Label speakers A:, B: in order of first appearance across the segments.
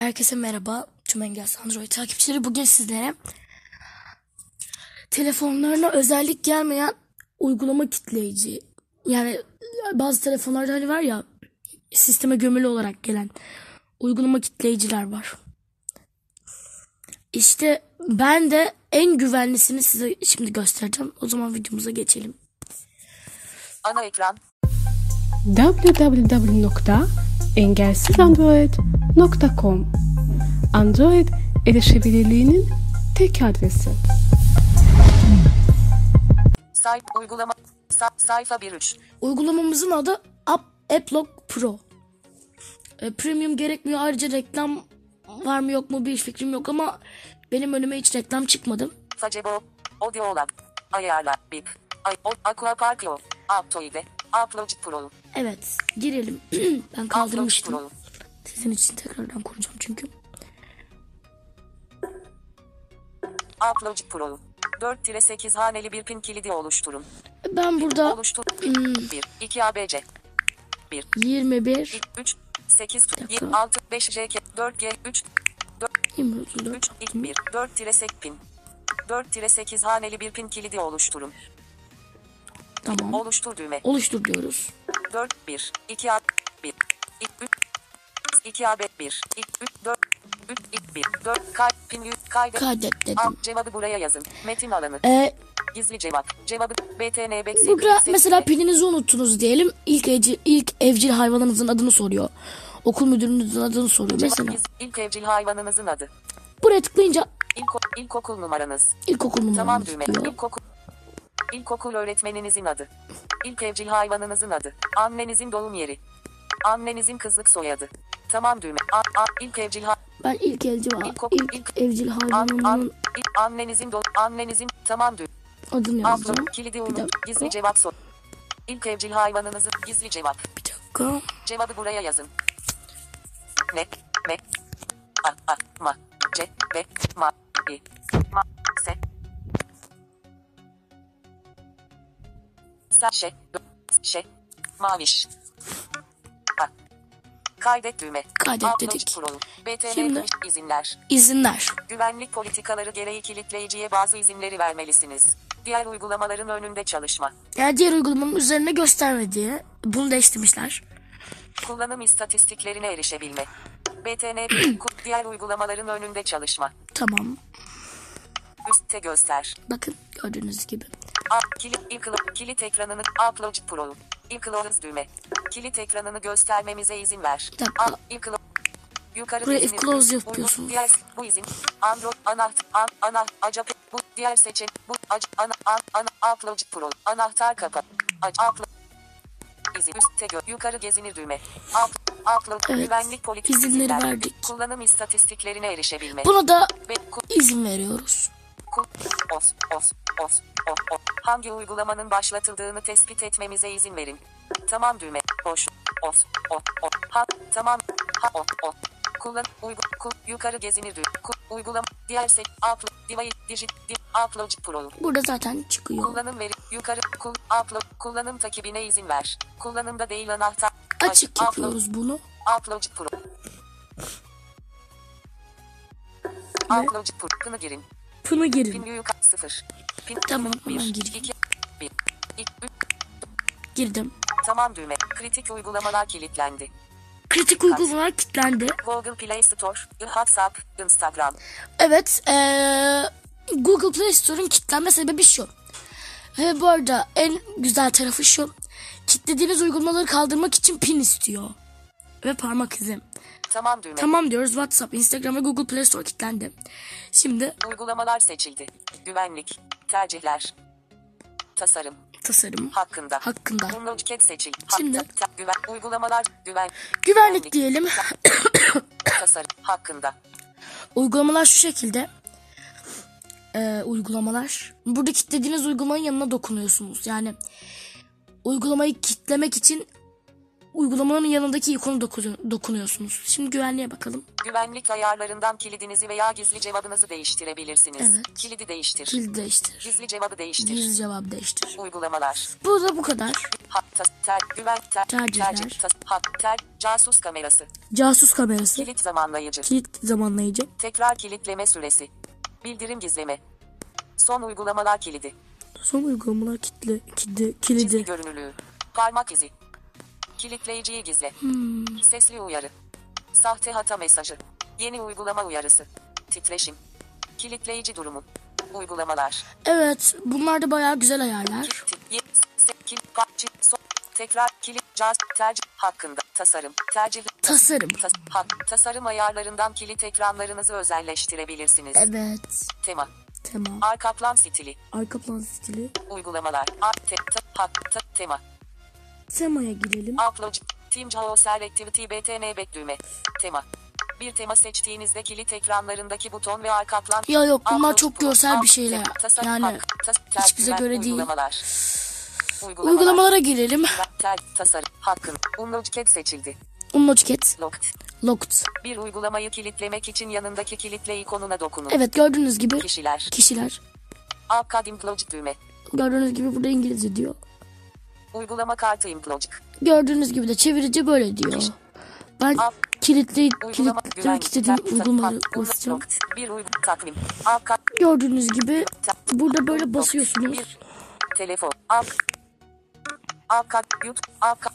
A: Herkese merhaba. Tüm Engels Android takipçileri bugün sizlere telefonlarına özellik gelmeyen uygulama kitleyici. Yani bazı telefonlarda hani var ya sisteme gömülü olarak gelen uygulama kitleyiciler var. İşte ben de en güvenlisini size şimdi göstereceğim. O zaman videomuza geçelim.
B: Ana ekran.
C: www.engelsizandroid.com Android erişebilirliğinin tek adresi.
B: Say uygulama. Sa- sayfa 13.
A: Uygulamamızın adı App AppLock Pro. E, premium gerekmiyor. Ayrıca reklam var mı yok mu bir fikrim yok ama benim önüme hiç reklam çıkmadı.
B: Placebo. Audio Lab. Ayarla. Bip. Ay, o, aqua Parkio. Aptoide. Upload Pro.
A: Evet, girelim. ben
B: Upload
A: kaldırmıştım.
B: Pro.
A: Sizin için tekrardan kuracağım çünkü.
B: Upload Pro. 4-8 haneli bir pin kilidi oluşturun.
A: Ben burada
B: Oluştur.
A: Hmm.
B: 1. 2 ABC.
A: 21
B: 3. 8.
A: dakika.
B: 6. 5 JK. 4 G. 3. 4.
A: 24
B: 3. 2. 1. 4 8 pin. 4-8 haneli bir pin kilidi oluşturun.
A: tamam.
B: Oluştur düğme.
A: Oluştur diyoruz.
B: 4 1 2 A 1 2 3 2 A 1 2 3 4 3 1 4 kay pin yüz kaydet.
A: Kaydet
B: Al
A: dedim.
B: cevabı buraya yazın. Metin alanı.
A: E,
B: Gizli cevap. Cevabı BTN Beksi.
A: burada
B: Beksi-
A: mesela pininizi unuttunuz diyelim. İlk evcil, ilk evcil hayvanınızın adını soruyor. Okul müdürünüzün adını soruyor
B: Cevap
A: mesela.
B: giz- İlk evcil hayvanınızın adı.
A: Buraya tıklayınca
B: İlko- İlkokul numaranız.
A: ilkokul
B: Tamam
A: numaranız
B: düğme.
A: diyor.
B: İlkokul. İlkokul öğretmeninizin adı. İlk evcil hayvanınızın adı. Annenizin doğum yeri. Annenizin kızlık soyadı. Tamam düğme. A, a, ilk evcil ha-
A: Ben ilk evcil, ha-
B: İlkokul-
A: ilk,
B: ilk-
A: evcil
B: an, an,
A: hayvanımın
B: ilk annenizin doğum annenizin tamam düğme.
A: adını
B: Abla
A: yazdım.
B: kilidi
A: Bir
B: unut.
A: dakika.
B: Gizli cevap sor. İlk evcil hayvanınızın gizli cevap.
A: Bir dakika.
B: Cevabı buraya yazın. Ne? Me. A. A. Ma. C. B. Ma. İ. Ma. Se. Sa. Şe. Dö. Şe. Maviş. A. Kaydet düğme.
A: Kaydet
B: Outlook
A: dedik.
B: Pro. BTN
A: Şimdi-
B: izinler.
A: İzinler.
B: Güvenlik politikaları gereği kilitleyiciye bazı izinleri vermelisiniz. Diğer uygulamaların önünde çalışma.
A: Yani diğer uygulamanın üzerine gösterme diye. Bunu da istemişler.
B: Kullanım istatistiklerine erişebilme. BTN ku- diğer uygulamaların önünde çalışma.
A: Tamam.
B: Üstte göster.
A: Bakın gördüğünüz gibi.
B: A, kilit, ilk, kilit ekranını upload pro. İlk close düğme. Kilit ekranını göstermemize izin ver.
A: Bir dakika.
B: ilk close- Yukarı
A: Buraya
B: izin-
A: close
B: Uygun-
A: yapıyorsunuz.
B: Diğer, bu izin. Android anahtar. An, ana, acaba bu diğer seçen. Bu ac, ana, an, ana, upload pro. Anahtar kapat. Ac, upload. İzin üstte gö yukarı gezinir düğme. Up, upload
A: Evet.
B: güvenlik politik
A: İzinleri
B: izinler.
A: verdik.
B: Kullanım istatistiklerine erişebilme.
A: Buna da
B: Ve ku-
A: izin veriyoruz.
B: Kul- Os, os, os, os, os. Hangi uygulamanın başlatıldığını tespit etmemize izin verin. Tamam düğme. Boş. Os, os, os. Ha, tamam. Ha, os, os. Kullan, uygu, kul, yukarı gezinir düğme. Kul, uygulama, diğer set, upload, device, digit, di, upload, pro.
A: Burada zaten çıkıyor.
B: Kullanım veri, yukarı, kul, upload, kullanım takibine izin ver. Kullanımda değil anahtar.
A: Açık
B: Ay,
A: yapıyoruz bunu.
B: Upload Pro. Upload Pro. Kını girin.
A: Pını
B: Pin
A: girin.
B: yukarı 0. Pin
A: Tamam,
B: bir,
A: hemen gireyim.
B: iki, bir, iki, üç.
A: Girdim.
B: Tamam düğme. Kritik uygulamalar kilitlendi.
A: Kritik uygulamalar kilitlendi.
B: Google Play Store, WhatsApp, Instagram.
A: Evet. eee, Google Play Store'un kilitlenme sebebi şu. Ve bu arada en güzel tarafı şu. Kilitlediğiniz uygulamaları kaldırmak için pin istiyor. Ve parmak izi.
B: Tamam düğme.
A: Tamam diyoruz. WhatsApp, Instagram ve Google Play Store kilitlendi. Şimdi
B: Uygulamalar seçildi. Güvenlik, tercihler, tasarım,
A: tasarım
B: hakkında.
A: hakkında.
B: Download seçil.
A: Şimdi-
B: Hakkı- ta- güven, uygulamalar, güven,
A: Güvenlik diyelim.
B: tasarım, hakkında.
A: uygulamalar şu şekilde. Ee, uygulamalar. Burada kilitlediğiniz uygulamanın yanına dokunuyorsunuz. Yani uygulamayı kilitlemek için uygulamanın yanındaki ikonu doku- dokunuyorsunuz. Şimdi güvenliğe bakalım.
B: Güvenlik ayarlarından kilidinizi veya gizli cevabınızı değiştirebilirsiniz.
A: Evet.
B: Kilidi değiştir.
A: Kill değiştir.
B: Gizli cevabı değiştir.
A: Gizli cevap değiştir.
B: Uygulamalar.
A: Bu da bu kadar.
B: Hatta ter, güven, ter,
A: Tercihler.
B: tercih, tas, hat, ter, casus kamerası.
A: Casus kamerası.
B: Kilit zamanlayıcı.
A: Kilit zamanlayıcı.
B: Tekrar kilitleme süresi. Bildirim gizleme. Son uygulamalar kilidi.
A: Son uygulamalar kitli, kilidi,
B: Çizgi
A: kilidi.
B: görünürlüğü. Parmak izi. Kilitleyiciyi gizle.
A: Hmm.
B: Sesli uyarı. Sahte hata mesajı. Yeni uygulama uyarısı. Titreşim. Kilitleyici durumu. Uygulamalar.
A: Evet bunlar da bayağı güzel ayarlar.
B: Kilit, ye- se- kil- pa- çi- so- tekrar kilit, caz, tercih hakkında tasarım, tercih,
A: Tasarım.
B: tas, hak, tasarım ayarlarından kilit ekranlarınızı özelleştirebilirsiniz.
A: Evet.
B: Tema,
A: Tema.
B: arka plan stili,
A: Arka plan stili.
B: uygulamalar, ar, te, ta, hak, ta, tema,
A: Temaya girelim.
B: Upload. Team Jao Selectivity BTNB düğme. Tema. Bir tema seçtiğinizde kilit ekranlarındaki buton ve arka plan.
A: Ya yok, bunlar
B: Upload
A: çok
B: buton.
A: görsel bir
B: Up-
A: şeyler.
B: tema. Tasar-
A: Yani
B: hak- tas- ter-
A: hiç bize
B: güven-
A: göre değil.
B: Uygulamalar. Uygulamalar.
A: Uygulamalara girelim.
B: Tel, tasar, hakkın. Unlocket seçildi.
A: Unlocket.
B: Locked.
A: Locked.
B: Bir uygulamayı kilitlemek için yanındaki kilitle ikonuna dokunun.
A: Evet gördüğünüz gibi
B: Kişiler.
A: kişiler.
B: Arka implode düğme.
A: Gördüğünüz gibi burada İngilizce diyor.
B: Uygulama kartı implode.
A: Gördüğünüz gibi de çevirici böyle diyor. Ben kilitli
B: Uygulama
A: kilitlemek
B: ter-
A: istediğim
B: tas-
A: uygulamaları
B: hak-
A: basacağım.
B: unlocked. Bir uygulama takvim. Arka
A: Gördüğünüz gibi
B: Ta-
A: burada
B: Yok.
A: böyle basıyorsunuz.
B: Bir. Telefon. Ak. Ak. Yut. Ak.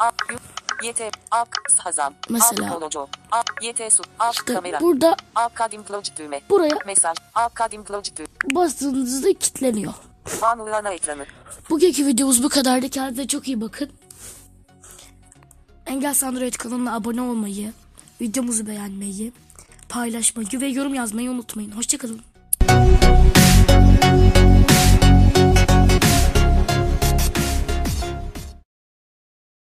B: Ak. Yut. Yete. Ak. Hazan.
A: Mesela.
B: Ak. Koloco. Ak. Yete. Su. Ak.
A: İşte
B: kamera.
A: burada
B: Ak. Kadim. Kloc. Düğme.
A: buraya
B: Mesaj. Ak. Kadim. Kloc. Düğme.
A: bastığınızda kilitleniyor.
B: Banu ana ekranı.
A: Bugünkü videomuz bu kadardı. Kendinize çok iyi bakın. Engel Android kanalına abone olmayı, videomuzu beğenmeyi, paylaşmayı ve yorum yazmayı unutmayın. Hoşçakalın.